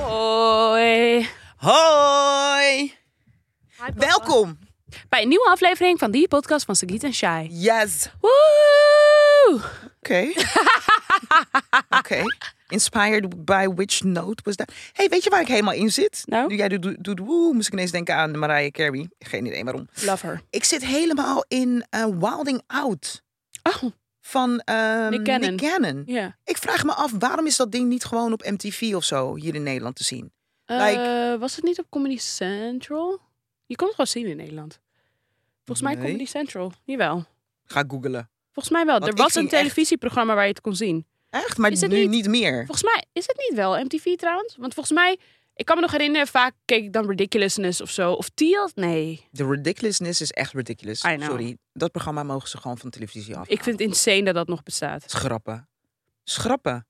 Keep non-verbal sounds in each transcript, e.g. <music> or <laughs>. Hoi. Hoi! Hi, papa. Welkom! Bij een nieuwe aflevering van die podcast van Sagiet en Shai. Yes! Woe! <laughs> Oké. Oké. Inspired by which note was that? hey, weet je waar ik helemaal in zit? Nou? Nu jij doet, doet, doet woe, moest ik ineens denken aan Mariah Carey. Geen idee waarom. Love her. Ik zit helemaal in eh, Wilding Out Oh, van ehm Nick Cannon. ja. Ik vraag me af, waarom is dat ding niet gewoon op MTV of zo hier in Nederland te zien? Eh, was het niet op Comedy Central? Je kon het gewoon zien in Nederland. Volgens mij Nee. Comedy Central. Jawel. Ga googelen. Volgens mij wel. Want er ik was een ging echt- televisieprogramma waar je het kon zien. Echt? Maar Is het nu niet- niet, meer. Volgens mij is het niet wel MTV trouwens. Want volgens mij, ik kan me nog herinneren, vaak keek ik dan Ridiculousness of zo. Of Teal. Nee. De ridiculousness is echt ridiculous. I know. Sorry, dat programma mogen ze gewoon van televisie af. Ik vind het insane dat dat nog bestaat. Schrappen. Schrappen.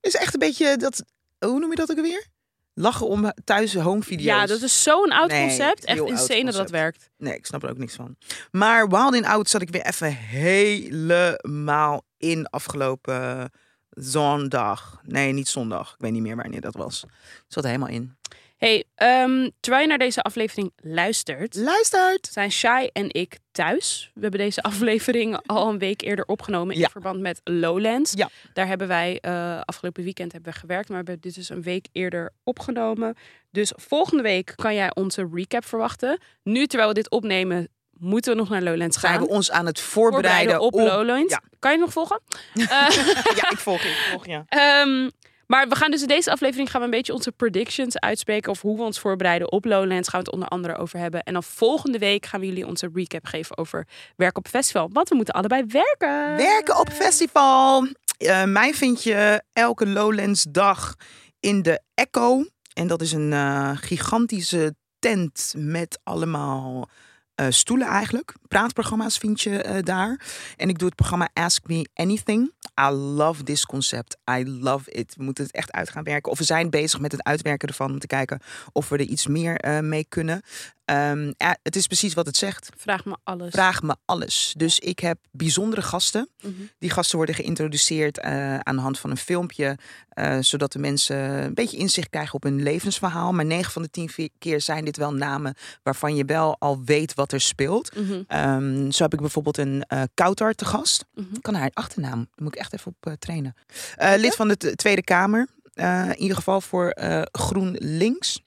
Is echt een beetje dat. Hoe noem je dat ook alweer? Lachen om thuis home video's. Ja, dat is zo'n oud Nee, concept. Echt heel oud insane dat dat concept. werkt. Nee, ik snap er ook niks van. Maar Wild in Out zat ik weer even helemaal in afgelopen zondag. Nee, niet zondag. Ik weet niet meer wanneer dat was. Ik zat er helemaal in. hey, ehm, terwijl je naar deze aflevering luistert, Luistert! zijn Shai en ik thuis. We hebben deze <laughs> aflevering al een week eerder opgenomen in Ja. verband met Lowlands. Ja. Daar hebben wij eh, afgelopen weekend hebben we gewerkt, maar we hebben dit dus een week eerder opgenomen. Dus volgende week kan jij onze recap verwachten. Nu, terwijl we dit opnemen, moeten we nog naar Lowlands gaan. Zijn we ons aan het Voorbereiden voorbereiden, op, op... Lowlands. ja. Kan je het nog <laughs> volgen? Eh, Ja, ik volg je. Ik volg je. Ehm, maar we gaan dus in deze aflevering gaan we een beetje onze predictions uitspreken. Of hoe we ons voorbereiden op Lowlands. Gaan we het onder andere over hebben. En dan volgende week gaan we jullie onze recap geven over werken op festival. Want we moeten allebei werken. Werken op festival. Eh, mij vind je elke Lowlands dag in de Echo. En dat is een eh, gigantische tent met allemaal eh, stoelen eigenlijk. Praatprogramma's vind je eh, daar. En ik doe het programma Ask Me Anything. I love this concept. I love it. We moeten het echt uit gaan werken. Of we zijn bezig met het uitwerken ervan. Om te kijken of we er iets meer eh, mee kunnen. Ehm, eh, het is precies wat het zegt. Vraag me alles. Vraag me alles. Dus ik heb bijzondere gasten. Mhm. Die gasten worden geïntroduceerd eh, aan de hand van een filmpje. eh, zodat de mensen een beetje inzicht krijgen op hun levensverhaal. Maar 9 van de 10 vi- keer zijn dit wel namen waarvan je wel al weet wat er speelt. Mhm. Ehm, zo heb ik bijvoorbeeld een eh Kautar te gast. Mhm. Ik kan haar achternaam. Daar moet ik echt even op eh, trainen. Eh, lid van de T- Tweede Kamer. eh, in ieder geval voor eh GroenLinks.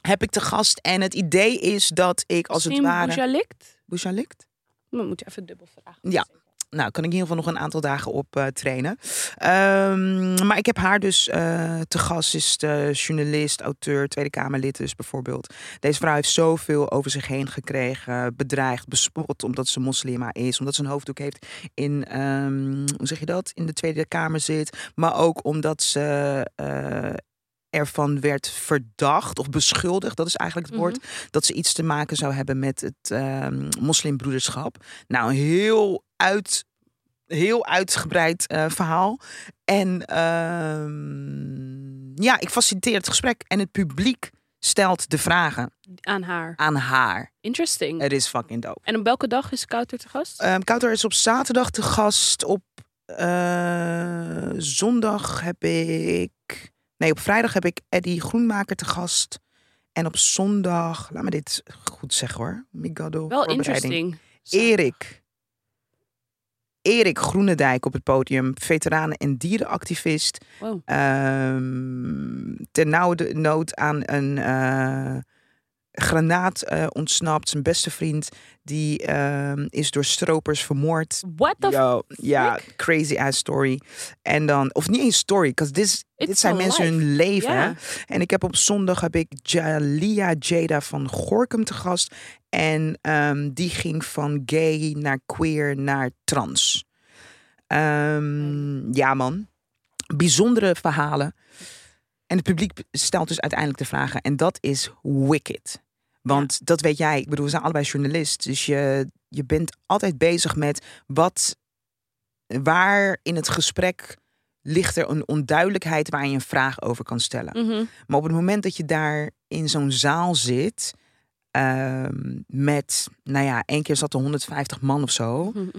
Heb ik te gast. En het idee is dat ik als het Misschien ware. Boeja Likt? Boeja likt? We moeten even dubbel vragen. Ja. Nou, kan ik in ieder geval nog een aantal dagen op eh, trainen. Ehm, maar ik heb haar dus eh, te gast. Ze Is eh, journalist, auteur, Tweede Kamerlid dus bijvoorbeeld. Deze vrouw heeft zoveel over zich heen gekregen. Bedreigd, bespot omdat ze moslima is. Omdat ze een hoofddoek heeft in, ehm, hoe zeg je dat? In de Tweede Kamer zit. Maar ook omdat ze... eh, ervan werd verdacht of beschuldigd, dat is eigenlijk het woord, dat ze iets te maken zou hebben met het ehm, moslimbroederschap. Nou, een heel, uit, heel uitgebreid eh, verhaal. En ehm, ja, ik faciliteer het gesprek en het publiek stelt de vragen Aan haar. aan haar. Interesting. Het is fucking dope. En op welke dag is Kouter te gast? Ehm Kouter is op zaterdag te gast. Op eh, zondag heb ik. Nee, op vrijdag heb ik Eddy Groenmaker te gast. En op zondag, laat me dit goed zeggen hoor. Migado. Wel voorbereiding. interesting. Erik. Erik Groenendijk op het podium, veteranen- en dierenactivist. Wow. Ehm ten nauwe nood aan een eh, granaat eh, ontsnapt. Zijn beste vriend die ehm, is door stropers vermoord. What the f- Yo, ja, frick? crazy ass story. En dan, of niet eens story, because this, dit zijn a mensen life. hun leven. Ja. Hè? En ik heb op zondag heb ik Jalia Jada van Gorkum te gast. En ehm, die ging van gay naar queer naar trans. Ehm, ja, man. Bijzondere verhalen. En het publiek stelt dus uiteindelijk de vragen. En dat is wicked. Want dat weet jij. Ik bedoel, we zijn allebei journalist. Dus je, je bent altijd bezig met wat, waar in het gesprek ligt er een onduidelijkheid waar je een vraag over kan stellen. Mhm. Maar op het moment dat je daar in zo'n zaal zit. ehm, met, nou ja, één keer zat er 150 man of zo. Mhm, mhm.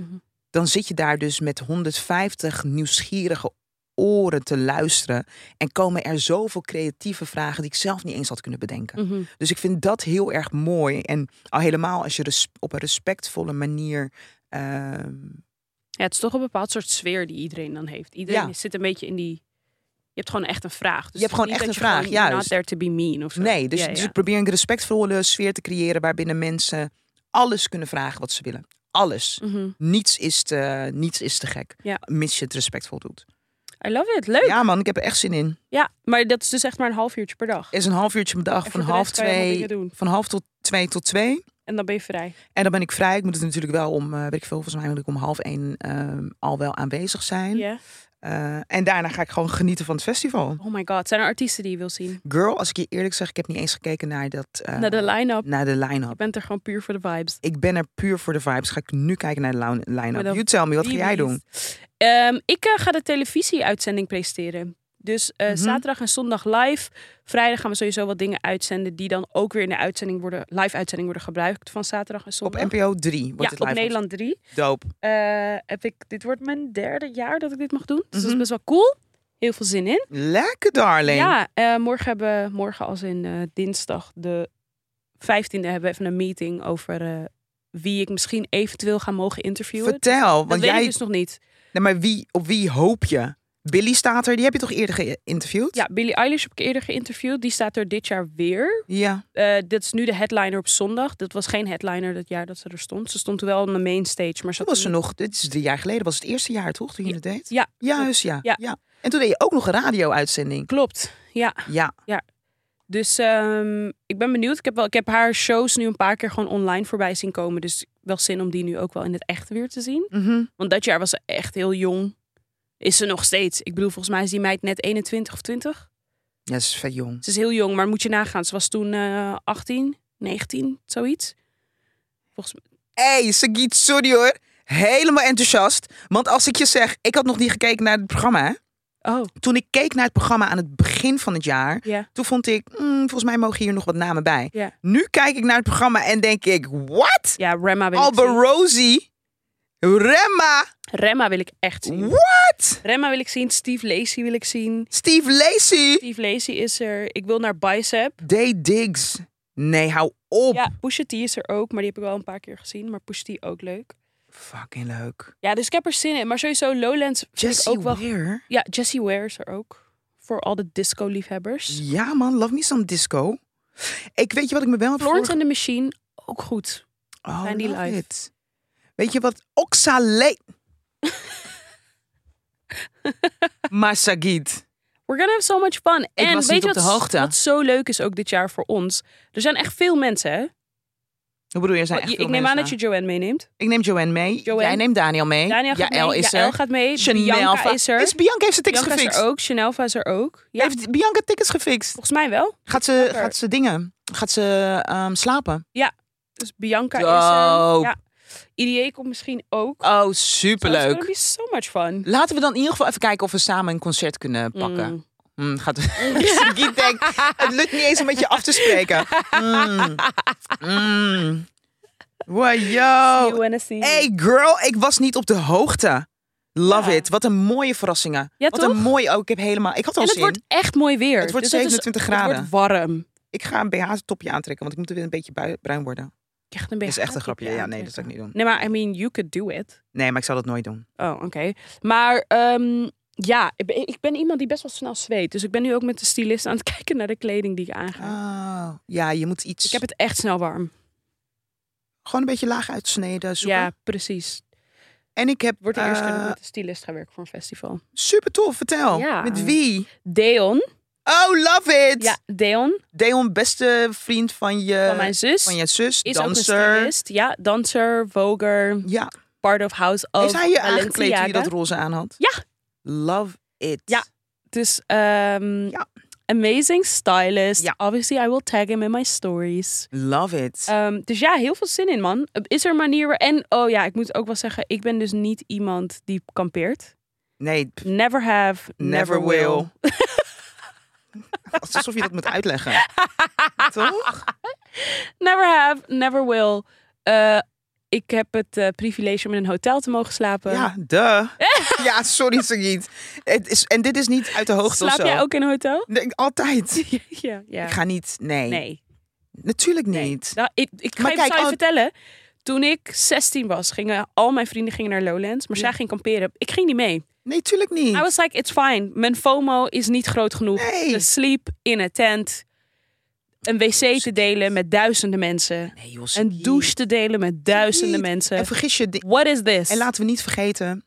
Dan zit je daar dus met 150 nieuwsgierige oren te luisteren. En komen er zoveel creatieve vragen die ik zelf niet eens had kunnen bedenken. Mhm. Dus ik vind dat heel erg mooi. En al helemaal als je res- op een respectvolle manier. ehm, Ja, het is toch een bepaald soort sfeer die iedereen dan heeft. Iedereen Ja. zit een beetje in die. Je hebt gewoon echt een vraag. Dus Je het is hebt gewoon niet echt dat een je vraag, gewoon Not juist. there to be mean of zo. nee, dus, Ja, dus ja. ik probeer een respectvolle sfeer te creëren waarbinnen mensen alles kunnen vragen wat ze willen. Alles. Mhm. Niets is te, niets is te gek. Ja. Mits je het respectvol doet. I love it. Leuk. Ja. Ja, man, ik heb er echt zin in. maar dat is dus echt maar een half uurtje per dag. Er is een half uurtje per dag En van voor de half, rest kan je allemaal twee, dingen doen. van half tot twee tot twee. En dan ben je vrij. En dan ben ik vrij. Ik moet het natuurlijk wel om, eh, weet ik veel, volgens mij moet ik om half één ehm, al wel aanwezig zijn. Ja. Eh, en daarna ga ik gewoon genieten van het festival. Oh my god. Zijn er artiesten die je wil zien? Girl, als ik je eerlijk zeg, ik heb niet eens gekeken naar, dat, eh, Naar de line-up. naar de line-up. Je bent er gewoon puur voor de vibes. Ik ben er puur voor de vibes. Ga ik nu kijken naar de lou- Maar line-up. dan- You tell me, wat ga Die jij doen? release. Ehm, ik eh, ga de televisieuitzending presenteren. Dus eh, Mhm. zaterdag en zondag live. Vrijdag gaan we sowieso wat dingen uitzenden die dan ook weer in de uitzending worden, live uitzending worden gebruikt van zaterdag en Op zondag. NPO 3 wordt ja, het live. op Nederland 3. Dope. Eh, heb ik, dit wordt mijn derde jaar dat ik dit mag doen. Dus dat is Mhm. best wel cool. Heel veel zin in. Lekker, darling. Ja, eh, morgen hebben we- morgen als in eh, dinsdag de 15e hebben we even een meeting over eh, wie ik misschien eventueel ga mogen interviewen. Vertel, dat want weet jij... ik dus nog niet. Nee, maar wie, op wie hoop je? Billy staat er, die heb je toch eerder geïnterviewd? Ja, Billie Eilish heb ik eerder geïnterviewd. Die staat er dit jaar weer. Ja. Eh, dit is nu de headliner op zondag. Dat was geen headliner dat jaar dat ze er stond. Ze stond wel op de main stage, maar ze had Toen was ze een- nog, dit is drie jaar geleden, was het eerste jaar toch, toen je het deed? Ja, Juist, ja. Ja. ja. En toen deed je ook nog een radio-uitzending. Klopt. Ja. Ja, Dus ehm, ik ben benieuwd. Ik heb, wel, ik heb haar shows nu een paar keer gewoon online voorbij zien komen. Dus wel zin om die nu ook wel in het echt weer te zien. Mhm. Want dat jaar was ze echt heel jong. Is ze nog steeds. Ik bedoel, volgens mij is die meid net 21 of 20. ja ze is vet jong. Ze is heel jong, maar moet je nagaan. Ze was toen eh 18, 19, zoiets. Volgens mij. Hé, hey, Sagiet, sorry hoor. Helemaal enthousiast. Want als ik je zeg, ik had nog niet gekeken naar het programma. hè. Oh, Toen ik keek naar het programma aan het begin van het jaar, ja. toen vond ik, hmm, volgens mij mogen hier nog wat namen bij. Ja. Nu kijk ik naar het programma en denk ik, what? Ja, Remma wil ik zien. Alberosi? Remma? Remma wil ik echt zien. What? Remma wil ik zien. Steve Lacey wil ik zien. Steve Lacey? Steve Lacey is er. Ik wil naar Bicep. Day Diggs? Nee, hou op. Ja, Pusha T is er ook, maar die heb ik wel een paar keer gezien. Maar Pusha T ook leuk. Fucking leuk. Ja, dus ik heb er zin in. Maar sowieso Lowlands vind ik Jesse ook wel... Ware? Ja, Jessie Ware is er ook. Voor al de disco-liefhebbers. Ja, man, love me some disco. Ik weet je wat ik me wel heb Florence en de Machine, ook goed. voor... Oh, zijn die love live? it. Weet je wat? <laughs> Oxalate. maar Sagit. We're gonna have so much fun. en was weet niet je op wat, de hoogte. wat zo leuk is ook dit jaar voor ons? Er zijn echt veel mensen, hè? Hoe bedoel je? Er zijn echt ik veel neem aan mensen. dat Oh, je Joanne meeneemt. Ik neem Joanne mee. Joanne. Jij neemt Daniel mee. Daniel gaat Jaël mee. is Jaël er. gaat mee. Chanel Bianca va- is er. Bianca heeft zijn tickets Bianca is gefixt. er ook. Chanelva is er ook. Ja, Heeft Bianca tickets gefixt? volgens mij wel. Gaat ze, Lekker. gaat ze dingen? Gaat ze ehm, slapen? Dus Bianca is Dope. er. Ja. IDA komt misschien ook. Oh, So it's superleuk. gonna be so much fun. Laten we dan in ieder geval even kijken of we samen een concert kunnen pakken. Mm. Mm, gaat... <laughs> <laughs> Guy denkt, het lukt niet eens om met je af te spreken. Mm. Mm. Wow, You yo. wanna see. Hey girl, ik was niet op de hoogte. Love Ja. it. Wat een mooie verrassingen. Ja, Wat toch? een mooie... Oh, ik heb helemaal... Ik had al en het zin. wordt echt mooi weer. Het wordt Dus dat is- 27 Het graden. wordt warm. Ik ga een BH-topje aantrekken, want ik moet er weer een beetje bui- bruin worden. Echt een Dat beetje is echt een grapje. Ja, nee, dat zou ik niet doen. Nee, maar I mean, you could do it. Nee, maar ik zal dat nooit doen. Oh, oké. Maar ehm, ja, ik ben, ik ben iemand die best wel snel zweet. Dus ik ben nu ook met de stylist aan het <laughs> kijken naar de kleding die ik aanga. Oh, ja, je moet iets... Ik heb het echt snel warm. Gewoon een beetje laag uitsneden zoeken. Ja, precies. En ik heb... Wordt eerst dat ik eh, met de stylist ga werken voor een festival. Super tof, vertel. Ja. Met wie? Deon. Oh, love it! Ja, Deon, Deon, beste vriend van je, van mijn zus. Eh, van je zus, is ook een danser. stylist. Ja, danser, voger, ja. part of house of Heeft hij je aangekleed Balenciaga. toen je dat roze aan had? Ja. Love it. Ja. Dus ehm, Ja. amazing stylist. Ja. Obviously, I will tag him in my stories. Love it. Ehm, dus ja, heel veel zin in, man. Is er een manier waar... En, oh ja, ik moet ook wel zeggen... Ik ben dus niet iemand die kampeert. nee, pff, Never have, never, will. <laughs> Alsof je dat moet uitleggen. Toch? Never have, never will. Eh, Ik heb het eh, privilege om in een hotel te mogen slapen. Ja, duh. <laughs> ja, sorry Sajid. Het is, en dit is niet uit de hoogte of Slaap zo. jij ook in een hotel? Nee, altijd. <laughs> ja, ja. Ik ga niet, nee. Nee, Natuurlijk nee. niet. Nou, ik, ik ga Maar je, kijk, zou je al- vertellen. Toen ik 16 was, gingen al mijn vrienden gingen naar Lowlands. Maar zij ging kamperen. Ik ging niet mee. Nee, tuurlijk niet. I was like, it's fine. Mijn FOMO is niet groot genoeg. Nee. De sleep in een tent. Een wc te delen met duizenden mensen. Nee, joh, Een Sajid. douche te delen met duizenden Niet. mensen. En vergis je, di- What is this? en laten we niet vergeten.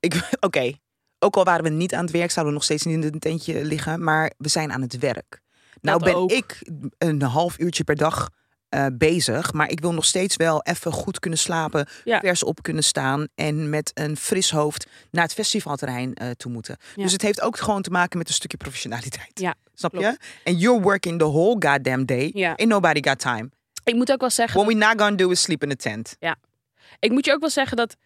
Ik- <laughs> Oké, ook al waren we niet aan het werk, zouden we nog steeds niet in een tentje liggen, maar we zijn aan het werk. Nou Dat ben ook. ik een half uurtje per dag eh, bezig, maar ik wil nog steeds wel even goed kunnen slapen, Ja. vers op kunnen staan en met een fris hoofd naar het festivalterrein eh, toe moeten. Ja. Dus het heeft ook gewoon te maken met een stukje professionaliteit. Ja, Snap klopt. je? And you're working the whole goddamn day. Ja. Ain't nobody got time. Ik moet ook wel zeggen. What we not gonna do is sleep in a tent. Ik moet je ook wel zeggen dat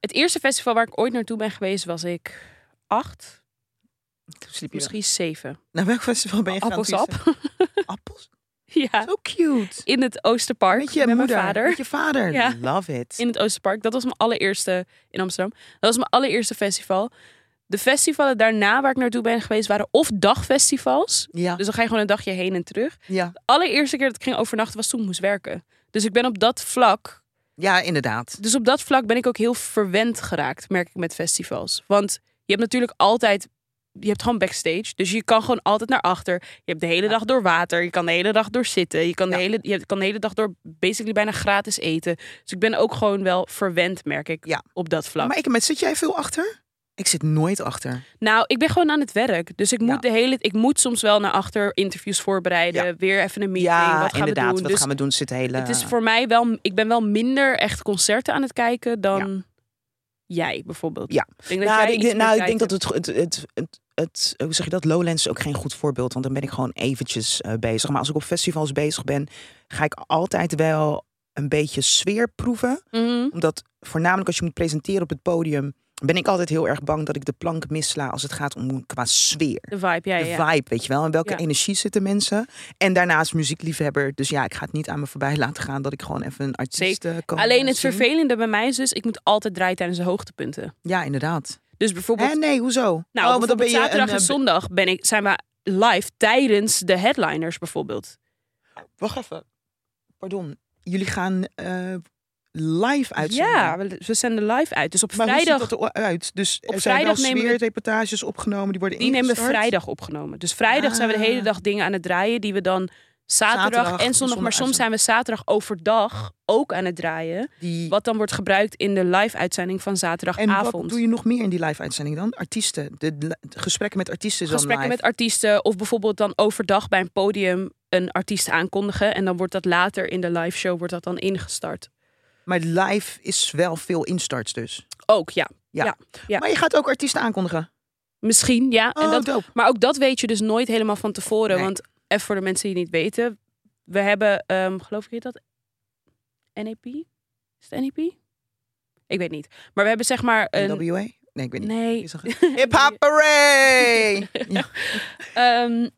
het eerste festival waar ik ooit naartoe ben geweest was ik acht, Sleep je misschien zeven. Naar welk festival ben je gegaan? Appelsap. Tuurlijk. Appels? <laughs> ja. Zo cute. In het Oosterpark Met je met moeder. mijn vader. Met je vader. Ja. Love it. In het Oosterpark. Dat was mijn allereerste in Amsterdam. Dat was mijn allereerste festival. De festivalen daarna waar ik naartoe ben geweest waren of dagfestivals. ja. Dus dan ga je gewoon een dagje heen en terug. ja. De allereerste keer dat ik ging overnachten was toen ik moest werken. Dus ik ben op dat vlak ja, inderdaad. Dus op dat vlak ben ik ook heel verwend geraakt, merk ik met festivals. Want je hebt natuurlijk altijd. Je hebt gewoon backstage. Dus je kan gewoon altijd naar achter. Je hebt de hele dag door water. Je kan de hele dag door zitten. Je kan, de, Ja. hele, je kan de hele dag door basically bijna gratis eten. Dus ik ben ook gewoon wel verwend, merk ik, Ja. op dat vlak. Maar ik, met, zit jij veel achter? Ik zit nooit achter. Nou, ik ben gewoon aan het werk. Dus ik moet, Ja. de hele, ik moet soms wel naar achter interviews voorbereiden. Weer even een meeting. ja, wat gaan inderdaad. we doen? Wat Dus gaan we doen? Zit hele... het is voor mij wel... Ik ben wel minder echt concerten aan het kijken dan... Jij bijvoorbeeld. Ja. Ik denk dat nou, jij ik, iets denk- nou, meer ik denk dat kijkt het, het, het, het, het- Hoe zeg je dat? Lowlands is ook geen goed voorbeeld. Want dan ben ik gewoon eventjes eh, bezig. Maar als ik op festivals bezig ben, ga ik altijd wel een beetje sfeer proeven. hebt. Mhm. Omdat voornamelijk als je moet presenteren op het podium, ben ik altijd heel erg bang dat ik de plank missla als het gaat om qua sfeer. De vibe, ja, De ja. ja. vibe, weet je wel. En welke Ja. energie zitten mensen. En daarnaast muziekliefhebber. Dus ja, ik ga het niet aan me voorbij laten gaan dat ik gewoon even een artiest eh, kan Alleen eh, het zien. vervelende bij mij is dus, ik moet altijd draaien tijdens de hoogtepunten. Ja, inderdaad. Dus bijvoorbeeld, Hè, nee, hoezo? nou, oh, want dan ben bijvoorbeeld je zaterdag een, en eh, zondag ben ik, zijn we live tijdens de headliners bijvoorbeeld. Wacht even. Pardon. Jullie gaan eh, live uitzenden. Ja, we, we zenden live uit. Dus op maar vrijdag, hoe ziet dat eruit? Dus op er zijn wel vrijdag nemen we- sfeerreportages opgenomen, die worden die nemen we ingestart. vrijdag opgenomen. Dus vrijdag zijn we de Ah. hele dag dingen aan het draaien die we dan zaterdag, Zaterdag en zondag, maar soms uitzenden. zijn we zaterdag overdag ook aan het draaien. Die... Wat dan wordt gebruikt in de live-uitzending van En zaterdagavond. wat doe je nog meer in die live-uitzending dan? Artiesten. De, de gesprekken met artiesten is dus dan gesprekken live. met artiesten of bijvoorbeeld dan overdag bij een podium een artiest aankondigen en dan wordt dat later in de live show wordt dat dan ingestart. Maar live is wel veel instarts dus. Ook ja, Ja. Maar je gaat ook artiesten aankondigen. misschien ja. Oh, en dat, dope. maar ook dat weet je dus nooit helemaal van tevoren, Nee. want even voor de mensen die het niet weten, we hebben ehm, geloof ik heet dat NEP, is het NEP? Ik weet niet, maar we hebben zeg maar een NWA? Nee, ik weet niet. nee. Is er- <laughs> Hip Hop Parade! Ja. Ehm,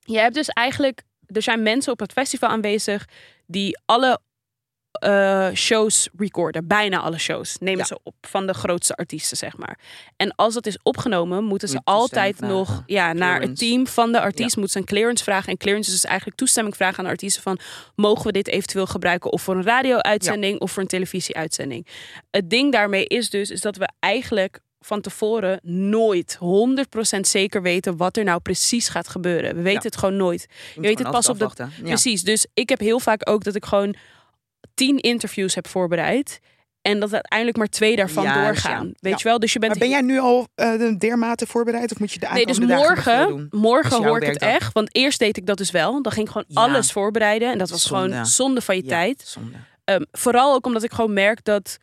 je hebt dus eigenlijk, er zijn mensen op het festival aanwezig die alle eh, shows recorden, bijna alle shows nemen Ja. ze op van de grootste artiesten zeg maar. En als dat is opgenomen, moeten ze Moet je altijd toestemming nog vragen. ja, naar het Clearance. team van de artiest moeten ze een clearance vragen en clearance is dus eigenlijk toestemming vragen aan de artiesten van mogen we dit eventueel gebruiken of voor een radio-uitzending of voor een televisieuitzending. Het ding daarmee is dus is dat we eigenlijk van tevoren nooit 100% zeker weten wat er nou precies gaat gebeuren. We weten Ja. het gewoon nooit. Je weet het pas op de dat. Ja. Precies. Dus ik heb heel vaak ook dat ik gewoon tien interviews heb voorbereid. En dat uiteindelijk maar twee daarvan Ja, dus doorgaan. ja. Weet Ja. je wel? Dus je bent. Maar ben jij nu al eh, dermate voorbereid? Of moet je de nee, dus aankomende dagen nog veel morgen, doen? Dat morgen is jouw hoor ik het werkdag. echt. Want eerst deed ik dat dus wel. Dan ging ik gewoon Ja. alles voorbereiden. En dat was gewoon Zonde. zonde van je Ja. tijd. Zonde. Ehm, vooral ook omdat ik gewoon merk dat.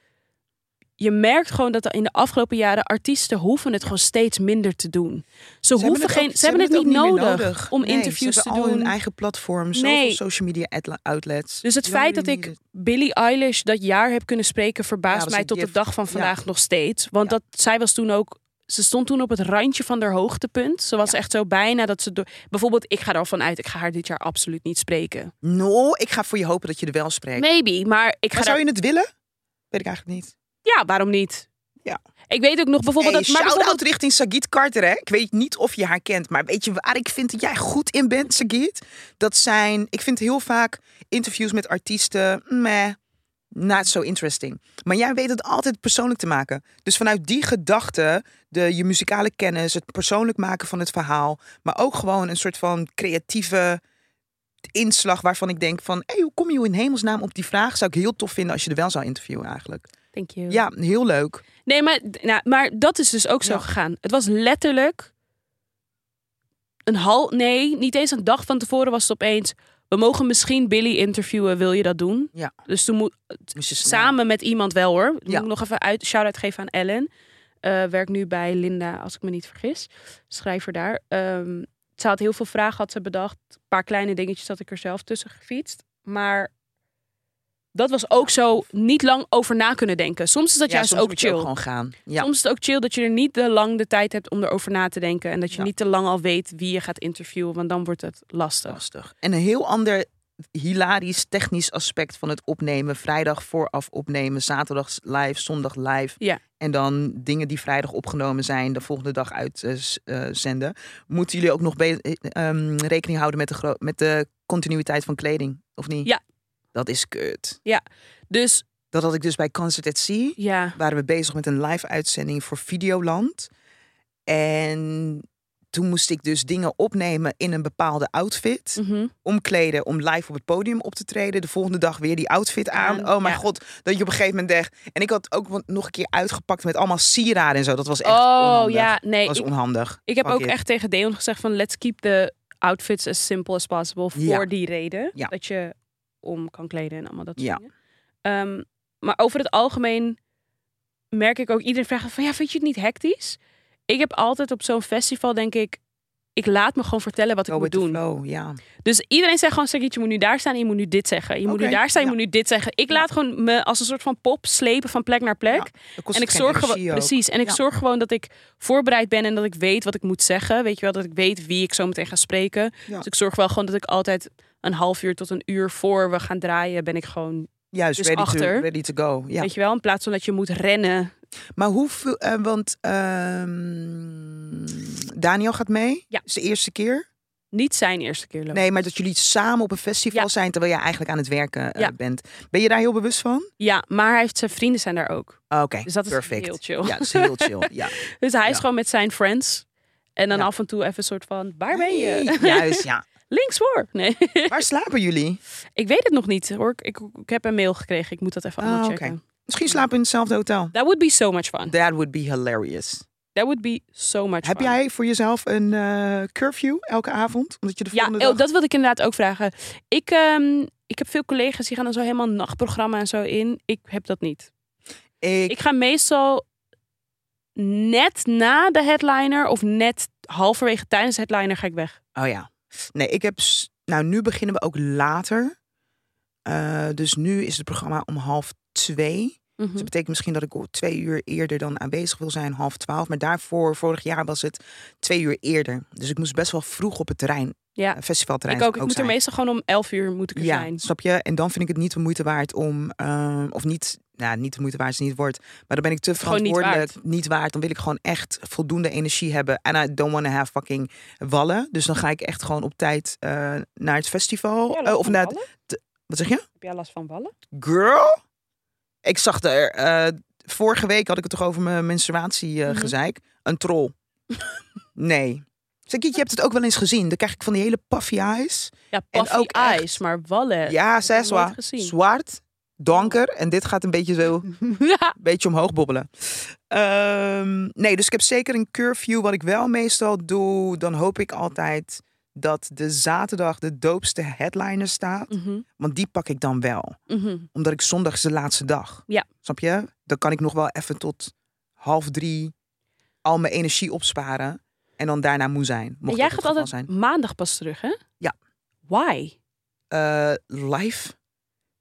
Je merkt gewoon dat er in de afgelopen jaren artiesten hoeven het gewoon steeds minder te doen. Ze, Ze hoeven hebben geen, ook- ze hebben het niet, ook nodig, meer om Nee, interviews ze te hebben al doen. hun eigen platform, Nee. zoveel social media adla- outlets. Dus het You feit don't dat really ik need Billie Eilish dat jaar heb kunnen spreken Ja, verbaast was mij een tot de gift. dag van Ja. vandaag nog steeds. Want Ja. dat, zij was toen ook ze stond toen op het randje van haar hoogtepunt. Ze was echt zo bijna dat ze... Door... Bijvoorbeeld, ik ga er al van uit, ik ga haar dit jaar absoluut niet spreken. No, ik ga voor je hopen dat je er wel spreekt. Maybe, maar ik ga Maar daar- zou je het willen? Weet ik eigenlijk niet. Ja, waarom niet? Ja. Ik weet ook nog bijvoorbeeld... Hey, dat, maar shout-out bijvoorbeeld richting Sagit Carter, hè? Ik weet niet of je haar kent, maar weet je waar ik vind dat jij goed in bent, Sagit? Dat zijn, ik vind heel vaak interviews met artiesten, meh, not so interesting. Maar jij weet het altijd persoonlijk te maken. Dus vanuit die gedachte, de, je muzikale kennis, het persoonlijk maken van het verhaal, maar ook gewoon een soort van creatieve inslag waarvan ik denk van, hey, hoe kom je in hemelsnaam op die vraag? Zou ik heel tof vinden als je er wel zou interviewen eigenlijk. Thank you. Ja, heel leuk. Nee, maar, nou, maar dat is dus ook zo Ja. gegaan. Het was letterlijk een hal... Nee, niet eens een dag van tevoren was het opeens... We mogen misschien Billy interviewen, wil je dat doen? Ja. Dus toen moet, Moest je snel- samen met iemand wel hoor. Moet Ja. ik nog even uit, shout-out geven aan Ellen. Eh werkt nu bij Linda, als ik me niet vergis. Schrijver daar. Ehm, ze had heel veel vragen, had ze bedacht. Een paar kleine dingetjes had ik er zelf tussen gefietst. Maar dat was ook zo niet lang over na kunnen denken. Soms is dat Ja, juist soms ook moet je chill. gewoon gaan. Ja. Soms is het ook chill dat je er niet de lang de tijd hebt om erover na te denken. En dat je Ja. niet te lang al weet wie je gaat interviewen, want dan wordt het lastig. Lastig. En een heel ander hilarisch technisch aspect van het opnemen. Vrijdag vooraf opnemen, zaterdag live, zondag live. Ja. En dan dingen die vrijdag opgenomen zijn, de volgende dag eh, uitzenden. Moeten jullie ook nog be- eh, ehm, rekening houden met de, gro- met de continuïteit van kleding, of niet? Ja. Dat is kut. Dus Dat had ik dus bij Concert at Sea. ja, waren we bezig met een live uitzending voor Videoland. En toen moest ik dus dingen opnemen in een bepaalde outfit. mhm. Omkleden om live op het podium op te treden. De volgende dag weer die outfit aan. Aan, oh mijn ja. god, dat je op een gegeven moment dacht... En ik had ook wat- nog een keer uitgepakt met allemaal sieraden en zo. Dat was echt Oh onhandig. ja, nee. was ik- onhandig. Ik heb Fuck ook it. echt tegen Deon gezegd van let's keep the outfits as simple as possible voor Ja. die reden. Ja. Dat je om kan kleden en allemaal dat soort Ja. dingen. Ehm, maar over het algemeen merk ik ook iedereen vragen van ja, vind je het niet hectisch? Ik heb altijd op zo'n festival denk ik, ik laat me gewoon vertellen wat ik Go moet with the doen. Oh, flow, ja. Dus iedereen zegt gewoon, Sagitt, je moet nu daar staan en je moet nu dit zeggen. Je moet nu Oké, daar staan, je ja. moet nu dit zeggen. Ik laat gewoon me als een soort van pop slepen van plek naar plek. Dat kost En ik geen zorg gewoon, energie ook. precies. En ik Ja. zorg gewoon dat ik voorbereid ben en dat ik weet wat ik moet zeggen. Weet je wel, dat ik weet wie ik zo meteen ga spreken. Ja. Dus ik zorg wel gewoon dat ik altijd een half uur tot een uur voor we gaan draaien, ben ik gewoon, Juist, dus ready, achter. To, ready to go. Ja. weet je wel, in plaats van dat je moet rennen. Maar hoeveel, eh, want ehm, Daniel gaat mee. Ja. Is de eerste keer. Niet zijn eerste keer lopen. Nee, maar dat jullie samen op een festival Ja. zijn terwijl jij eigenlijk aan het werken eh, Ja. bent. Ben je daar heel bewust van? Ja, maar hij heeft zijn vrienden zijn daar ook. Ah, Oké, Dus dat is perfect. heel chill. Ja, dat is heel <laughs> chill. Ja. Dus hij is Ja. gewoon met zijn friends. En dan Ja. af en toe even een soort van, waar ben je? Hey, Juist, ja. Links voor. Nee, Waar slapen jullie? <laughs> ik weet het nog niet hoor. Ik, ik, ik heb een mail gekregen. Ik moet dat even Ah, allemaal oké. checken. Misschien slapen we in hetzelfde hotel. That would be so much fun. That would be hilarious. That would be so much Heb fun. jij voor jezelf een eh, curfew elke avond? Omdat je de Ja, volgende oh, dag... dat wilde ik inderdaad ook vragen. Ik, ehm, ik heb veel collega's die gaan dan zo helemaal een nachtprogramma en zo in. Ik heb dat niet. Ik, Ik, ga meestal net na de headliner of net halverwege tijdens de headliner ga ik weg. Oh ja. Nee, ik heb. s- Nou, nu beginnen we ook later. Eh, dus nu is het programma om half twee. Dus dat Mhm. betekent misschien dat ik o- twee uur eerder dan aanwezig wil zijn, half twaalf. Maar daarvoor, vorig jaar, was het twee uur eerder. Dus ik moest best wel vroeg op het terrein, Ja, eh, festivalterrein. ik ook. Ik moet zijn. er meestal gewoon om 11 uur moet ik er Ja, zijn. snap je? En dan vind ik het niet de moeite waard om, eh, of niet, nou, niet de moeite waard is niet het woord, maar dan ben ik te Gewoon niet verantwoordelijk, niet waard. Dan wil ik gewoon echt voldoende energie hebben. En I don't want to have fucking wallen. Dus dan ga ik echt gewoon op tijd eh, naar het festival. Eh, of naar, het- wat zeg je? Heb jij last van ballen? Girl? Ik zag er, eh, vorige week had ik het toch over mijn menstruatie eh, Mhm. gezeik. Een <laughs> troll. nee. Zeg, je hebt het ook wel eens gezien. Dan krijg ik van die hele puffy eyes. Ja, En puffy ook echt- eyes, maar wallen. Eh, Ja, heb ik nog Seswa. nooit gezien. Zwart, donker. En dit gaat een beetje <laughs> zo, Ja. een beetje omhoog bobbelen. Ehm, nee, dus ik heb zeker een curfew. Wat ik wel meestal doe, dan hoop ik altijd dat de zaterdag de doopste headliner staat. Mhm, Want die pak ik dan wel. mhm. Omdat ik zondag is de laatste dag. Ja. Snap je? Dan kan ik nog wel even tot half drie al mijn energie opsparen. En dan daarna moe zijn. Mocht En jij dat gaat het altijd geval zijn. maandag pas terug, hè? Ja. Why? eh live.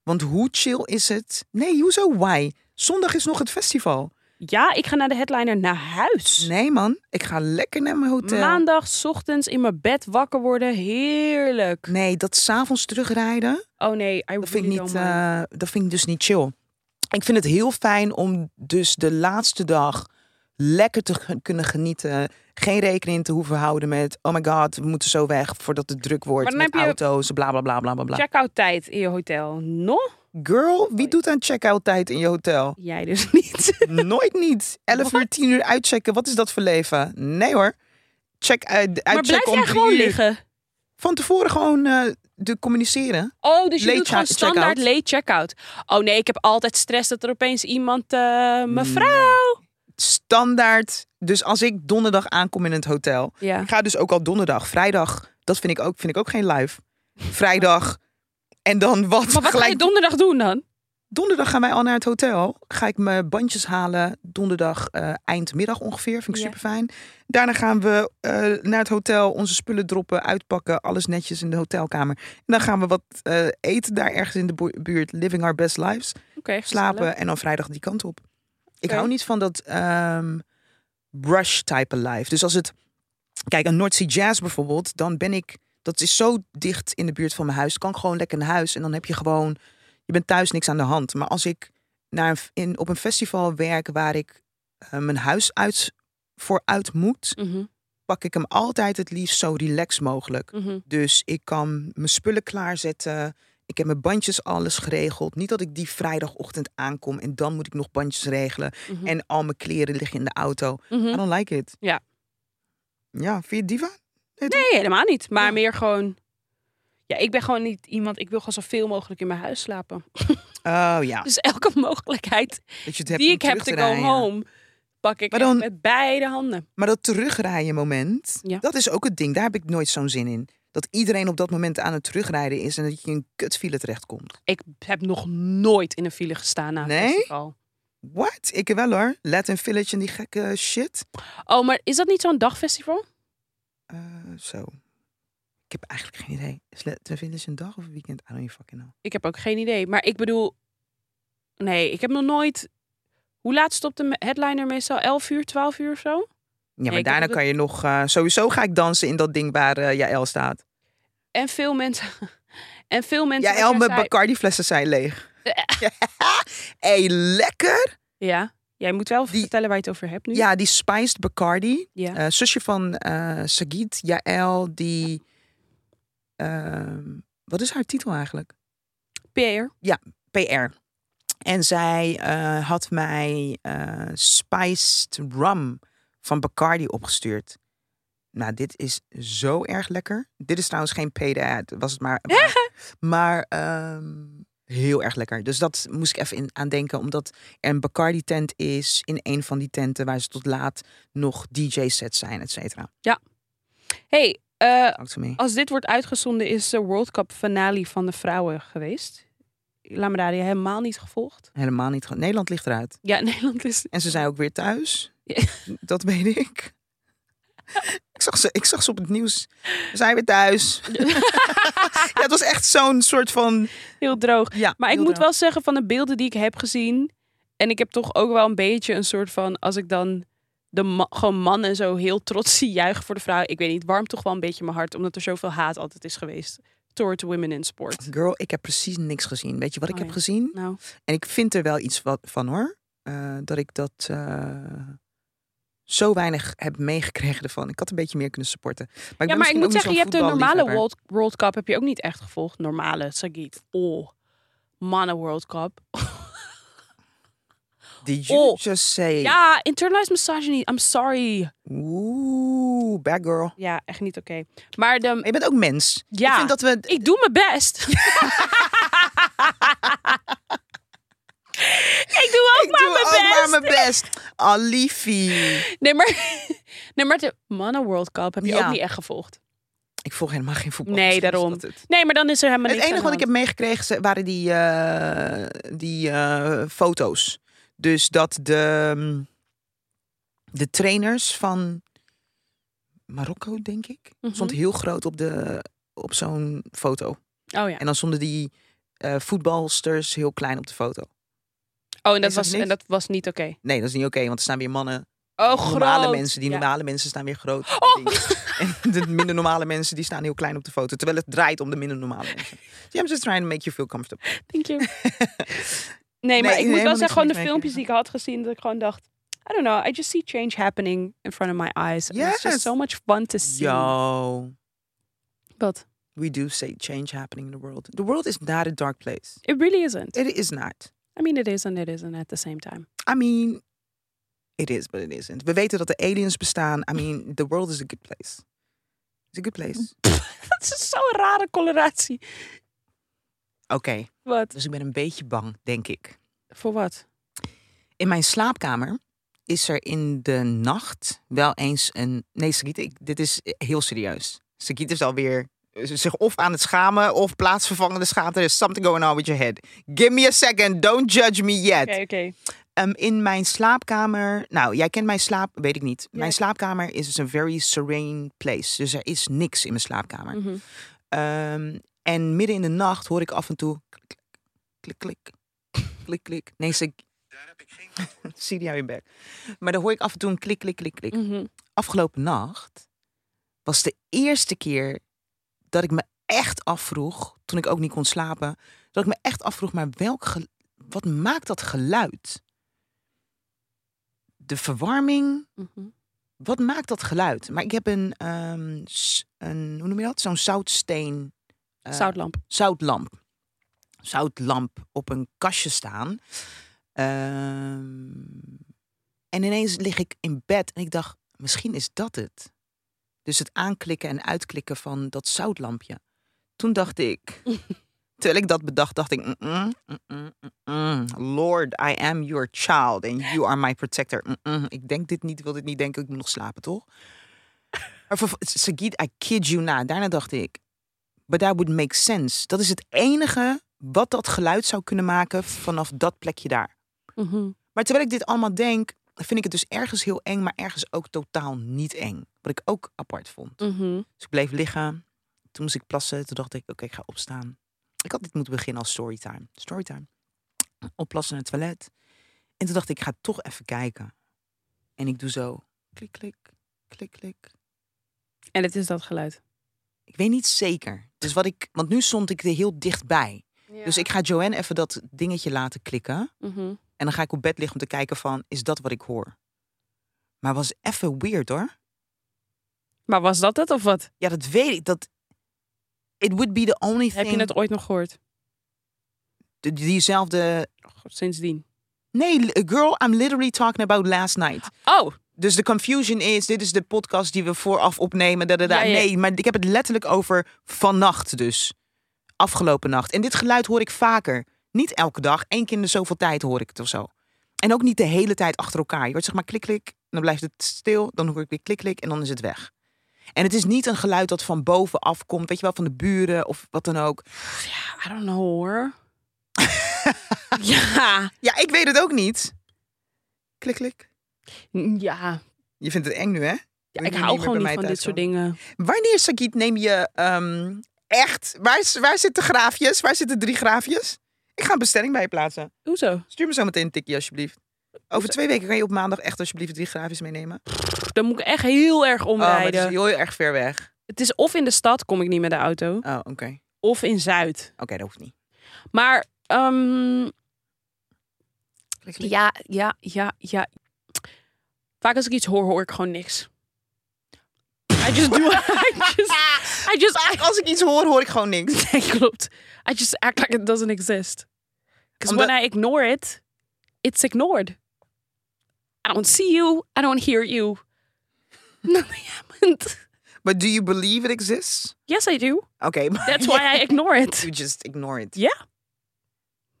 Want hoe chill is het? Nee, hoezo why? Zondag is nog het festival. Ja, ik ga naar de headliner naar huis. Nee man, ik ga lekker naar mijn hotel. Maandag 's ochtends in mijn bed wakker worden. Heerlijk. Nee, dat s'avonds terugrijden, Oh nee, I dat vind, ik really niet, don't mind. eh, dat vind ik dus niet chill. Ik vind het heel fijn om dus de laatste dag lekker te ge- kunnen genieten. Geen rekening te hoeven houden met, oh my god, we moeten zo weg voordat het druk wordt Maar dan met heb je- auto's, bla bla bla bla bla. bla. Check-out tijd in je hotel. No? Girl, wie doet aan check-out tijd in je <laughs> hotel? Jij dus niet. Nooit niet. 11 uur, 10 uur uitchecken. Wat is dat voor leven? Nee hoor. Check uit, maar blijf uitchecken om jij drie gewoon uur. liggen? Van tevoren gewoon eh, de communiceren. Oh, dus je Late doet gewoon check- standaard check-out. late check-out. Oh nee, ik heb altijd stress dat er opeens iemand... eh, mevrouw! Standaard. Dus als ik donderdag aankom in het hotel. Ja. Ik ga dus ook al donderdag. Vrijdag. Dat vind ik ook, vind ik ook geen live. Vrijdag. En dan wat? Maar wat ga je donderdag doen dan? Donderdag gaan wij al naar het hotel. Ga ik mijn bandjes halen. Donderdag eh, eindmiddag ongeveer. Vind ik Ja. super fijn. Daarna gaan we eh, naar het hotel. Onze spullen droppen, uitpakken. Alles netjes in de hotelkamer. En dan gaan we wat eh, eten daar ergens in de bu- buurt. Living our best lives. Oké, gezellig. Slapen en dan vrijdag die kant op. Ik Oké. hou niet van dat ehm, brush type life. Dus als het... Kijk, een North Sea Jazz bijvoorbeeld. Dan ben ik... Dat is zo dicht in de buurt van mijn huis. Kan ik gewoon lekker naar huis. En dan heb je gewoon je bent thuis niks aan de hand. Maar als ik naar een, f- in, op een festival werk waar ik eh, mijn huis uit, voor uit moet, Mhm, pak ik hem altijd het liefst zo relaxed mogelijk. mhm. Dus ik kan mijn spullen klaarzetten. Ik heb mijn bandjes alles geregeld. Niet dat ik die vrijdagochtend aankom en dan moet ik nog bandjes regelen. Mhm. En al mijn kleren liggen in de auto. I Mhm. don't like it. Ja. Ja, vind je het diva? Nee, helemaal niet. Maar Ja. meer gewoon... Ja, ik ben gewoon niet iemand... Ik wil gewoon zoveel mogelijk in mijn huis slapen. Oh ja. Dus elke <laughs> mogelijkheid Dat je het hebt die om ik heb terug te te go rijden. home... pak ik Maar echt dan- met beide handen. Maar dat terugrijden moment, Ja. dat is ook het ding. Daar heb ik nooit zo'n zin in. Dat iedereen op dat moment aan het terugrijden is en dat je in een kutfile terechtkomt. Ik heb nog nooit in een file gestaan na een Nee? festival. What? Ik wel hoor. Latin Village en die gekke shit. Oh, maar is dat niet zo'n dagfestival? Eh, zo. Ik heb eigenlijk geen idee. Is Latin Village een dag of een weekend? I don't even fucking know. Ik heb ook geen idee. Maar ik bedoel... Nee, ik heb nog nooit... Hoe laat stopt de headliner meestal? 11 uur, 12 uur of zo? Ja, maar ik heb daarna het- kan je nog... eh, sowieso ga ik dansen in dat ding waar eh, Jaël staat. En veel mensen... <laughs> En veel mensen... Jaël, wat jij mijn zei- Bacardi-flessen zijn leeg. <laughs> hey, lekker! Ja, jij moet wel Die- vertellen waar je het over hebt nu. Ja, die spiced Bacardi. Ja. Eh, zusje van eh Sagit, Jaël, die. ehm, wat is haar titel eigenlijk? Peer. PR. En zij eh, had mij eh, spiced rum van Bacardi opgestuurd. Nou, dit is zo erg lekker. Dit is trouwens geen paid ad, was het maar. Maar, maar, ehm, heel erg lekker. Dus dat moest ik even in, aan denken, omdat er een Bacardi-tent is in een van die tenten waar ze tot laat nog DJ-sets zijn, et cetera. hey, eh, Dank je mee. als dit wordt uitgezonden is de World Cup finale van de vrouwen geweest. Laat me daar helemaal niet gevolgd. Helemaal niet. ge- Nederland ligt eruit. Ja, <laughs> Nederland is... En ze zijn ook weer thuis. Ja. <laughs> Dat weet ik. Ik zag, ze, ik zag ze op het nieuws. We zijn weer <laughs> thuis. ja, het was echt zo'n soort van... Heel droog. Ja, Maar ik heel moet raar. wel zeggen, van de beelden die ik heb gezien. En ik heb toch ook wel een beetje een soort van. Als ik dan de ma- gewoon mannen zo heel trots <laughs> zie juichen voor de vrouw. Ik weet niet, het warmt toch wel een beetje mijn hart. Omdat er zoveel haat altijd is geweest. Toward women in sport. Girl, ik heb precies niks gezien. Weet je wat ik Oh, heb ja. gezien? Nou, En ik vind er wel iets wat, van hoor. Eh, dat ik dat eh, zo weinig heb meegekregen ervan. Ik had een beetje meer kunnen supporten. Maar ik, ben ja, maar ik misschien moet ook niet zeggen, je hebt de zo'n normale voetballiefhebber. World, World Cup heb je ook niet echt gevolgd. Normale, Sagit. Oh, mannen World Cup. Did you Oh. just say... Ja, internalized misogyny. I'm sorry. Oeh, bad girl. Ja, echt niet oké. Maar de, Maar je bent ook mens. Ja. Ik vind dat we... Ik doe mijn best. <laughs> ik doe ook Ik maar doe mijn ook best. maar mijn best. Alifi. Nee, maar, nee, maar de Mannen World Cup heb je Ja. ook niet echt gevolgd. Ik volg helemaal geen voetbal. Nee, dus dat is daarom. dat Het, Nee, maar dan is er helemaal het niks enige aan wat ik de heb meegekregen ze- waren die, eh, die eh, foto's. Dus dat de, mm, de trainers van Marokko, denk ik, Mhm. stond heel groot op, de, op zo'n foto. hand. Oh ja. En dan stonden die eh, voetbalsters heel klein op de foto. Oh, en dat, Is dat was, niet? en dat was niet oké. Nee, dat is niet oké, want er staan weer mannen. Oh, normale groot. mensen, die Ja. normale mensen staan weer groot. op Oh. de dingen. En <laughs> de minder normale mensen, die staan heel klein op de foto. Terwijl het draait om de minder normale mensen. <laughs> So I'm just trying to make you feel comfortable. Thank <laughs> you. nee, maar nee, ik moet wel helemaal zeggen, gewoon de niks mee filmpjes die ik had gezien, dat ik gewoon dacht, I don't know, I just see change happening in front of my eyes. And It's just Yes. so much fun to see. Yo, But we do see change happening in the world. The world is not a dark place. it really isn't. It is not. I mean, it is and it isn't at the same <laughs> time. I mean, it is, but it isn't. We weten dat de aliens bestaan. I mean, the world is a good place. It's a good place. dat is zo'n rare coloratie. Oké, Wat? dus ik ben een beetje bang, denk ik. Voor wat? In mijn slaapkamer is er in de nacht wel eens een. Nee, Sagiet, ik, dit is heel serieus. Sagiet is alweer eh, zich of aan het schamen of plaatsvervangende schaamte. There's something going on with your head. Give me a second. Don't judge me yet. Oké, oké. Ehm, in mijn slaapkamer. Nou, jij kent mijn slaap. Weet ik niet. Ja. Mijn slaapkamer is dus een very serene place. Dus er is niks in mijn slaapkamer. Mhm. Ehm, en midden in de nacht hoor ik af en toe klik, klik, klik, klik, klik. Nee, ze... <laughs> Zie jou weer back. Maar dan hoor ik af en toe een klik, klik, klik, klik. Mhm. Afgelopen nacht was de eerste keer dat ik me echt afvroeg, toen ik ook niet kon slapen, dat ik me echt afvroeg, maar welk gel- wat maakt dat geluid? De verwarming, Mhm. wat maakt dat geluid? Maar ik heb een, ehm, s- een hoe noem je dat? Zo'n zoutsteen. eh, Zoutlamp. zoutlamp. Zoutlamp op een kastje staan. Ehm, en ineens lig ik in bed en ik dacht, misschien is dat het. Dus het aanklikken en uitklikken van dat zoutlampje. Toen dacht ik, terwijl ik dat bedacht, dacht ik, "Mm-mm, mm-mm, mm-mm. Lord, I am your child and you are my protector. Mm-mm. Ik denk dit niet, wil dit niet denken, ik moet nog slapen, toch? Maar verv- Sagit, I kid you na. Daarna dacht ik, But that would make sense. Dat is het enige wat dat geluid zou kunnen maken vanaf dat plekje daar. Mhm. Maar terwijl ik dit allemaal denk, vind ik het dus ergens heel eng, maar ergens ook totaal niet eng. Wat ik ook apart vond. Mhm. Dus ik bleef liggen. Toen moest ik plassen. Toen dacht ik, oké, ik ga opstaan. Ik had dit moeten beginnen als storytime. Storytime. Opplassen naar het toilet. En toen dacht ik, ik ga toch even kijken. En ik doe zo. Klik, klik, klik, klik. En het is dat geluid. Ik weet niet zeker. Dus wat ik, want nu stond ik er heel dichtbij. Dus ik ga Joanne even dat dingetje laten klikken. Mhm. En dan ga ik op bed liggen om te kijken van, is dat wat ik hoor? Maar was even weird hoor. Maar was dat het of wat? Ja, dat weet ik. Dat... It would be the only thing... Heb je het ooit nog gehoord? die- Diezelfde... Goh, Sindsdien. Nee, li- girl, I'm literally talking about last night. Oh, Dus de confusion is, dit is de podcast die we vooraf opnemen. Da, da, da. Ja, ja. Nee, maar ik heb het letterlijk over vannacht dus. Afgelopen nacht. En dit geluid hoor ik vaker. Niet elke dag. Eén keer in de zoveel tijd hoor ik het of zo. En ook niet de hele tijd achter elkaar. Je hoort zeg maar klik, klik. En dan blijft het stil. Dan hoor ik weer klik, klik. En dan is het weg. En het is niet een geluid dat van bovenaf komt. Weet je wel, van de buren of wat dan ook. I don't know <laughs> hoor. ja. Ja, ik weet het ook niet. Klik, klik. Ja. Je vindt het eng nu, hè? Ja, Wil je ik nu hou niet meer bij gewoon niet mij van dit thuis soort komen? dingen. Wanneer, Sagiet, neem je ehm, echt... Waar, is- waar zitten graafjes? Waar zitten drie graafjes? Ik ga een bestelling bij je plaatsen. Hoezo? Stuur me zo meteen een tikkie, alsjeblieft. Over twee weken kan je op maandag echt alsjeblieft drie graafjes meenemen. Dan moet ik echt heel erg Oh, maar het omrijden. is heel erg ver weg. Het is of in de stad kom ik niet met de auto, Oh, oké. of in Zuid. Oké, dat hoeft niet. Maar ehm, Klik, klik. ja, ja, ja, ja. Vaak als ik iets hoor, hoor ik gewoon niks. I just do. <laughs> I just. I just. <laughs> Vaak als ik iets hoor, hoor ik gewoon niks. <laughs> Nee, klopt. I just act like it doesn't exist. Because Omdat- when I ignore it, it's ignored. I don't see you. I don't hear you. <laughs> Nothing happened. But do you believe it exists? Yes, I do. Oké, <laughs> maar That's why I ignore it. you just ignore it.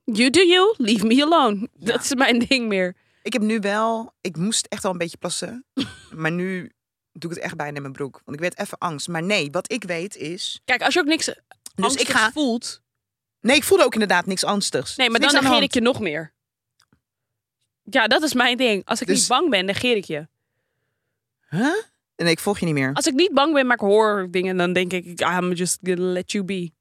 You do you, leave me alone. Ja. Dat is mijn ding meer. Ik heb nu wel... Ik moest echt al een beetje <laughs> plassen. maar nu doe ik het echt bijna in mijn broek. Want ik werd even angst. Maar nee, wat ik weet is... Kijk, als je ook niks dus Dus ik ga. voelt... Nee, ik voelde ook inderdaad niks angstigs. Nee, maar Er is dan niks aan de negeer hand. ik je nog meer. Ja, dat is mijn ding. Als ik Dus- niet bang ben, negeer ik je. Huh? Nee, ik volg je niet meer. Als ik niet bang ben, maar ik hoor dingen, dan denk ik... "Ah, I'm just gonna let you be.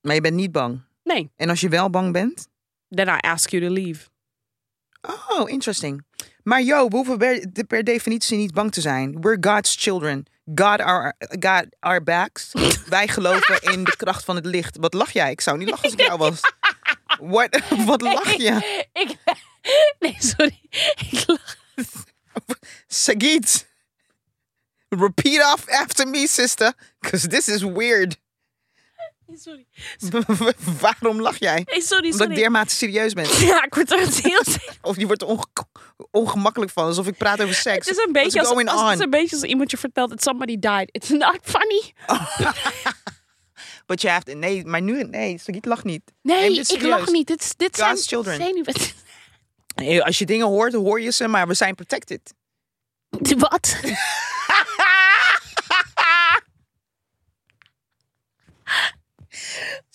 Maar je bent niet bang. Nee, En als je wel bang bent, then I ask you to leave. Oh, interesting. Maar yo, we hoeven per, de- per definitie niet bang te zijn. We're God's children. God our, God our <laughs> backs. Wij geloven in de kracht van het licht. Wat lach jij? Ik zou niet lachen als ik jou was. What, <laughs> wat lach je? <laughs> Ik, nee, sorry. Ik lach. Sagit. Repeat off after me, sister. Because this is weird. <laughs> Nee, sorry. Waarom lach jij? Nee, sorry, Omdat ik sorry. dermate serieus ben. <laughs> Ja, ik word er <laughs> echt heel Of je wordt er onge- ongemakkelijk van. Alsof ik praat over seks. Het is een What's beetje als, going als, on? het is een beetje als iemand je vertelt dat somebody died. It's not funny. But you have to, nee, maar nu, nee, Sagiet lacht niet. Nee, Neem dit ik serieus. lach niet. Dit, is- dit God's zijn children. zenuwen. <laughs> Nee, Als je dingen hoort, hoor je ze, maar we zijn protected. Wat?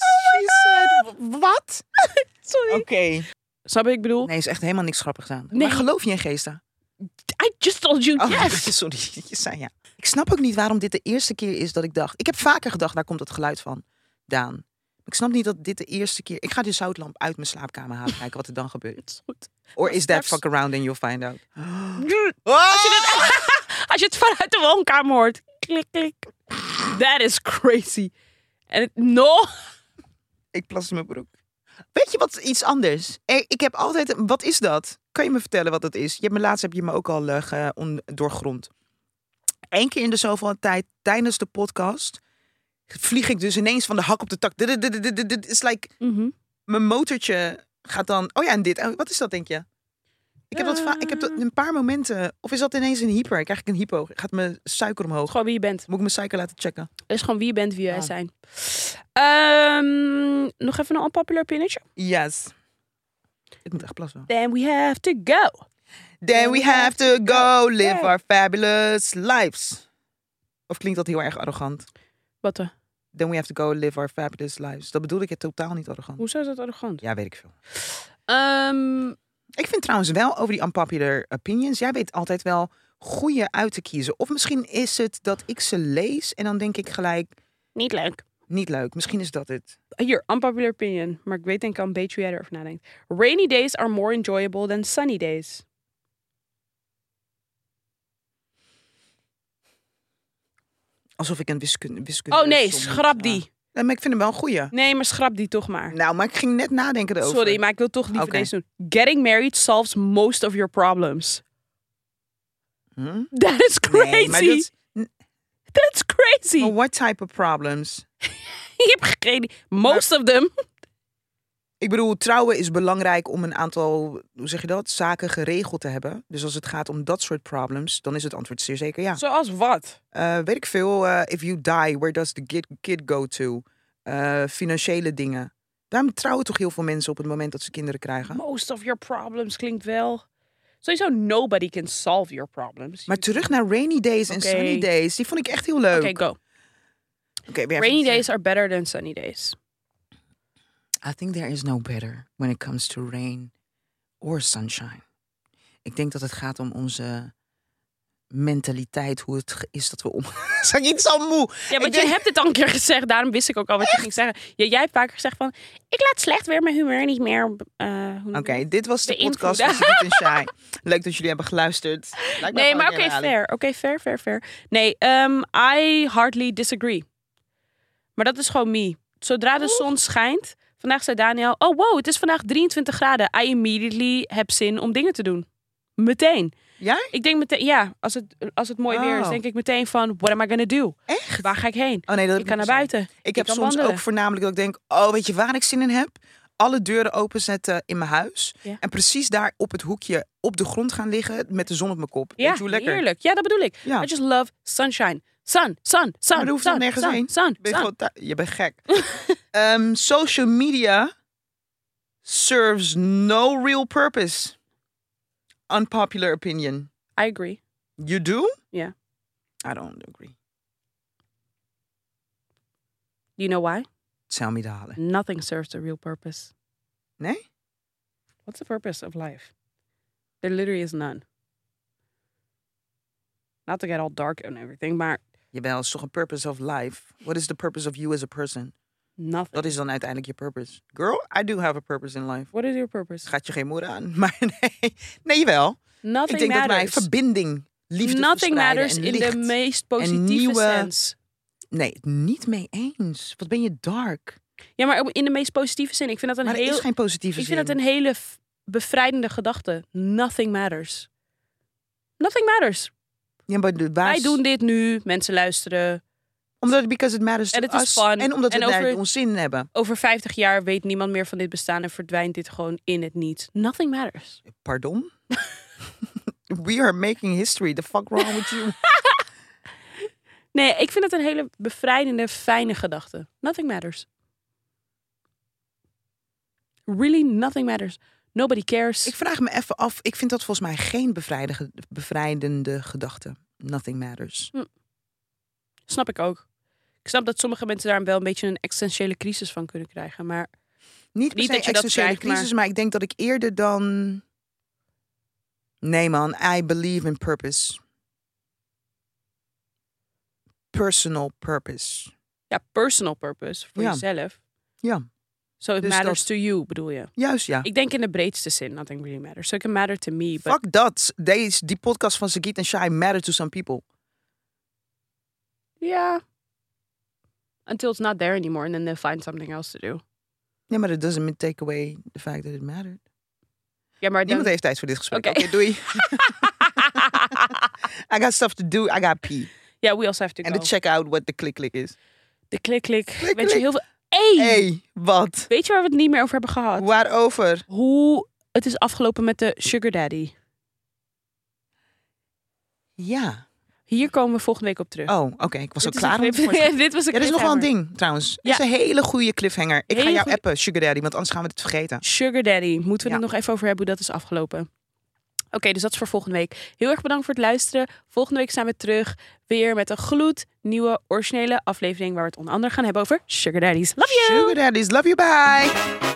Oh She said, w- <laughs> Wat? <laughs> Oh. Sorry. Oké. Snap je wat ik bedoel? Nee, is echt helemaal niks grappigs aan. Nee. Maar geloof je in geesten? I just told you Oh, yes. <laughs> <laughs> sorry, je zei ja. Ik snap ook niet waarom dit de eerste keer is dat ik dacht. Ik heb vaker gedacht, waar komt dat geluid van, Daan? Ik snap niet dat dit de eerste keer... Ik ga de zoutlamp uit mijn slaapkamer halen, kijken wat er dan gebeurt. Het is goed. Or is that Straks- Oh, fuck around and you'll find out. Als je, het, als je het vanuit de woonkamer hoort. Klik, klik. That is crazy. En het no. Ik plas in mijn broek. Weet je wat iets anders? Eh, Ik heb altijd. Wat is dat? Kan je me vertellen wat dat is? Je hebt me laatst heb je me ook al eh, ge- on- doorgrond. Eén keer in de zoveel tijd tijdens de podcast vlieg ik dus ineens van de hak op de tak. Het is like Mhm. mijn motortje gaat dan. Oh ja, en dit. Oh, wat is dat denk je? Ik heb dat. va- Ik heb dat een paar momenten. Of is dat ineens een hyper? Krijg ik een hypo? Gaat mijn suiker omhoog? Gewoon wie je bent. Moet ik mijn suiker laten checken? Het is gewoon wie je bent, wie jij Oh. zijn. Ehm, nog even een unpopular pinnetje. Yes. Ik moet echt plassen. Then we have to go. Then we have to go live Yeah. our fabulous lives. Of klinkt dat heel erg arrogant? Wat eh? de? Then we have to go live our fabulous lives. Dat bedoel ik het totaal niet arrogant. Hoezo is dat arrogant? Ja, weet ik veel. Ehm, Ik vind trouwens wel over die unpopular opinions. Jij weet altijd wel goede uit te kiezen. Of misschien is het dat ik ze lees en dan denk ik gelijk niet leuk. niet leuk. Misschien is dat het. Hier, unpopular opinion. Maar ik weet denk ik al een beetje hoe jij erover nadenkt. Rainy days are more enjoyable than sunny days. Alsof ik een wiskunde. wiskunde Oh nee, som moet schrap gaan. die. Nee, maar ik vind hem wel een goeie. Nee, maar schrap die toch maar. Nou, maar ik ging net nadenken erover. Sorry, maar ik wil toch liever Oké. deze doen. Getting married solves most of your problems. Hm? That is crazy. Nee, maar dat, Oh. That's crazy. maar what type of problems? <laughs> Je hebt geen Most of them. Ik bedoel, trouwen is belangrijk om een aantal, hoe zeg je dat, zaken geregeld te hebben. Dus als het gaat om dat soort problems, dan is het antwoord zeer zeker ja. Zoals wat? Eh, weet ik veel, eh, if you die, where does the kid, kid go to? Eh, financiële dingen. Daarom trouwen toch heel veel mensen op het moment dat ze kinderen krijgen. Most of your problems klinkt wel. Sowieso nobody can solve your problems. Maar terug naar rainy days en Oké. sunny days, die vond ik echt heel leuk. Oké, go. Oké, we have Rainy to- days are better than sunny days. I think there is no better when it comes to rain or sunshine. Ik denk dat het gaat om onze mentaliteit, hoe het ge- is dat we om. <laughs> Zijn niet zo moe. Ja, want denk- je hebt het al een keer gezegd. Daarom wist ik ook al wat je ging zeggen. Ja, jij hebt vaker gezegd van... Ik laat slecht weer mijn humeur niet meer... eh, hoe noem je Oké, dat? dit was de Beïnvloeden. podcast van Sagiet en Shai. Leuk dat jullie hebben geluisterd. Lijkt me Nee, maar gewoon een oké, keer herhaling. fair. Oké, fair, fair, fair. Nee, ehm, I hardly disagree. Maar dat is gewoon me. Zodra de zon schijnt... Vandaag zei Daniel... Oh, wow, het is vandaag 23 graden. I immediately heb zin om dingen te doen. Meteen. Jij? Ik denk meteen... Ja, als het, als het mooi weer is, Oh. denk ik meteen van... What am I gonna do? Echt? Waar ga ik heen? Oh nee, dat heb Ik kan naar niet zo. buiten. Ik heb kan soms wandelen. ook voornamelijk dat ik denk: oh, weet je waar ik zin in heb? Alle deuren openzetten in mijn huis. Ja. En precies daar op het hoekje op de grond gaan liggen met de zon op mijn kop. Ja, Weet je hoe lekker. heerlijk. Ja, dat bedoel ik. Ja. I just love sunshine. Sun, sun, sun. Maar er hoeft sun, dan nergens sun, heen. Sun, Ben je, sun. gewoon thui- je bent gek. <laughs> Ehm, social media serves no real purpose. Unpopular opinion. I agree. You do? Yeah. I don't agree. You know why? Tell me darling. Nothing serves a real purpose. Nee? What's the purpose of life? There literally is none. Not to get all dark and everything, maar Jawel, is toch een purpose of life? What is the purpose of you as a person? Nothing. Dat is dan uiteindelijk je purpose. Girl, I do have a purpose in life. What is your purpose? Gaat je geen moeder aan. <laughs> Maar nee, nee wel. Ik Nothing denk dat wij matters. verbinding, liefde Nothing verspreiden matters en in licht. de meest positieve nieuwe- sens. Nee, niet mee eens. Wat ben je dark. Ja, maar in de meest positieve zin. Ik vind dat een Maar er heel is geen positieve Ik zin. vind dat een hele f- bevrijdende gedachte. Nothing matters. Nothing matters. Ja, maar de Wij baas... doen dit nu. Mensen luisteren. Omdat because it matters En to het is us. fun. En omdat En we daar over- ons zin in hebben. Over 50 jaar weet niemand meer van dit bestaan en verdwijnt dit gewoon in het niets. Nothing matters. <laughs> Pardon? We are making history. The fuck wrong with <laughs> you? Nee, ik vind het een hele bevrijdende, fijne gedachte. Nothing matters. Really, nothing matters. Nobody cares. ik vraag me even af. Ik vind dat volgens mij geen bevrijdige- bevrijdende gedachte. Nothing matters. Snap ik ook. Ik snap dat sommige mensen daar wel een beetje een existentiële crisis van kunnen krijgen. Maar Niet per Niet se dat je dat existentiële krijgt, maar- crisis, maar... ik denk dat ik eerder dan... Nee man, I believe in purpose. Personal purpose. ja, personal purpose voor Ja. jezelf. Ja. So it Dus matters dat- to you, bedoel je? Juist ja. Ik denk in de breedste zin, nothing really matters. So it can matter to me, but Fuck dat. Deze, die podcast van Sagit en Shai matter to some people. ja. Yeah. Until it's not there anymore and then they find something else to do. Nee, maar dat doesn't mean take away the fact that it mattered. Ja, maar dan... Niemand heeft tijd voor dit gesprek. Oké. Oké, <laughs> doei. I got stuff to do. I got pee. Ja, we also have to En go. de check out what the click click is. De klik, klik. Klik, Weet je klik. heel veel... Hey! Hey, wat? Weet je waar we het niet meer over hebben gehad? Waarover? Hoe het is afgelopen met de sugar daddy. Ja. Hier komen we volgende week op terug. Oh, oké. Ik was al Dit is klaar. een om cliff- te <laughs> Dit was een ja, dat is nog wel een cliffhanger. ding trouwens. Dat Ja. is een hele goede cliffhanger. Ik ga Hele jou goeie- appen, Sugar Daddy, want anders gaan we dit vergeten. Sugar Daddy. Moeten we Ja. het nog even over hebben hoe dat is afgelopen. Oké, dus dat is voor volgende week. Heel erg bedankt voor het luisteren. Volgende week zijn we terug weer met een gloednieuwe originele aflevering... waar we het onder andere gaan hebben over Sugar Daddies. Love you! Sugar Daddies, love you, bye.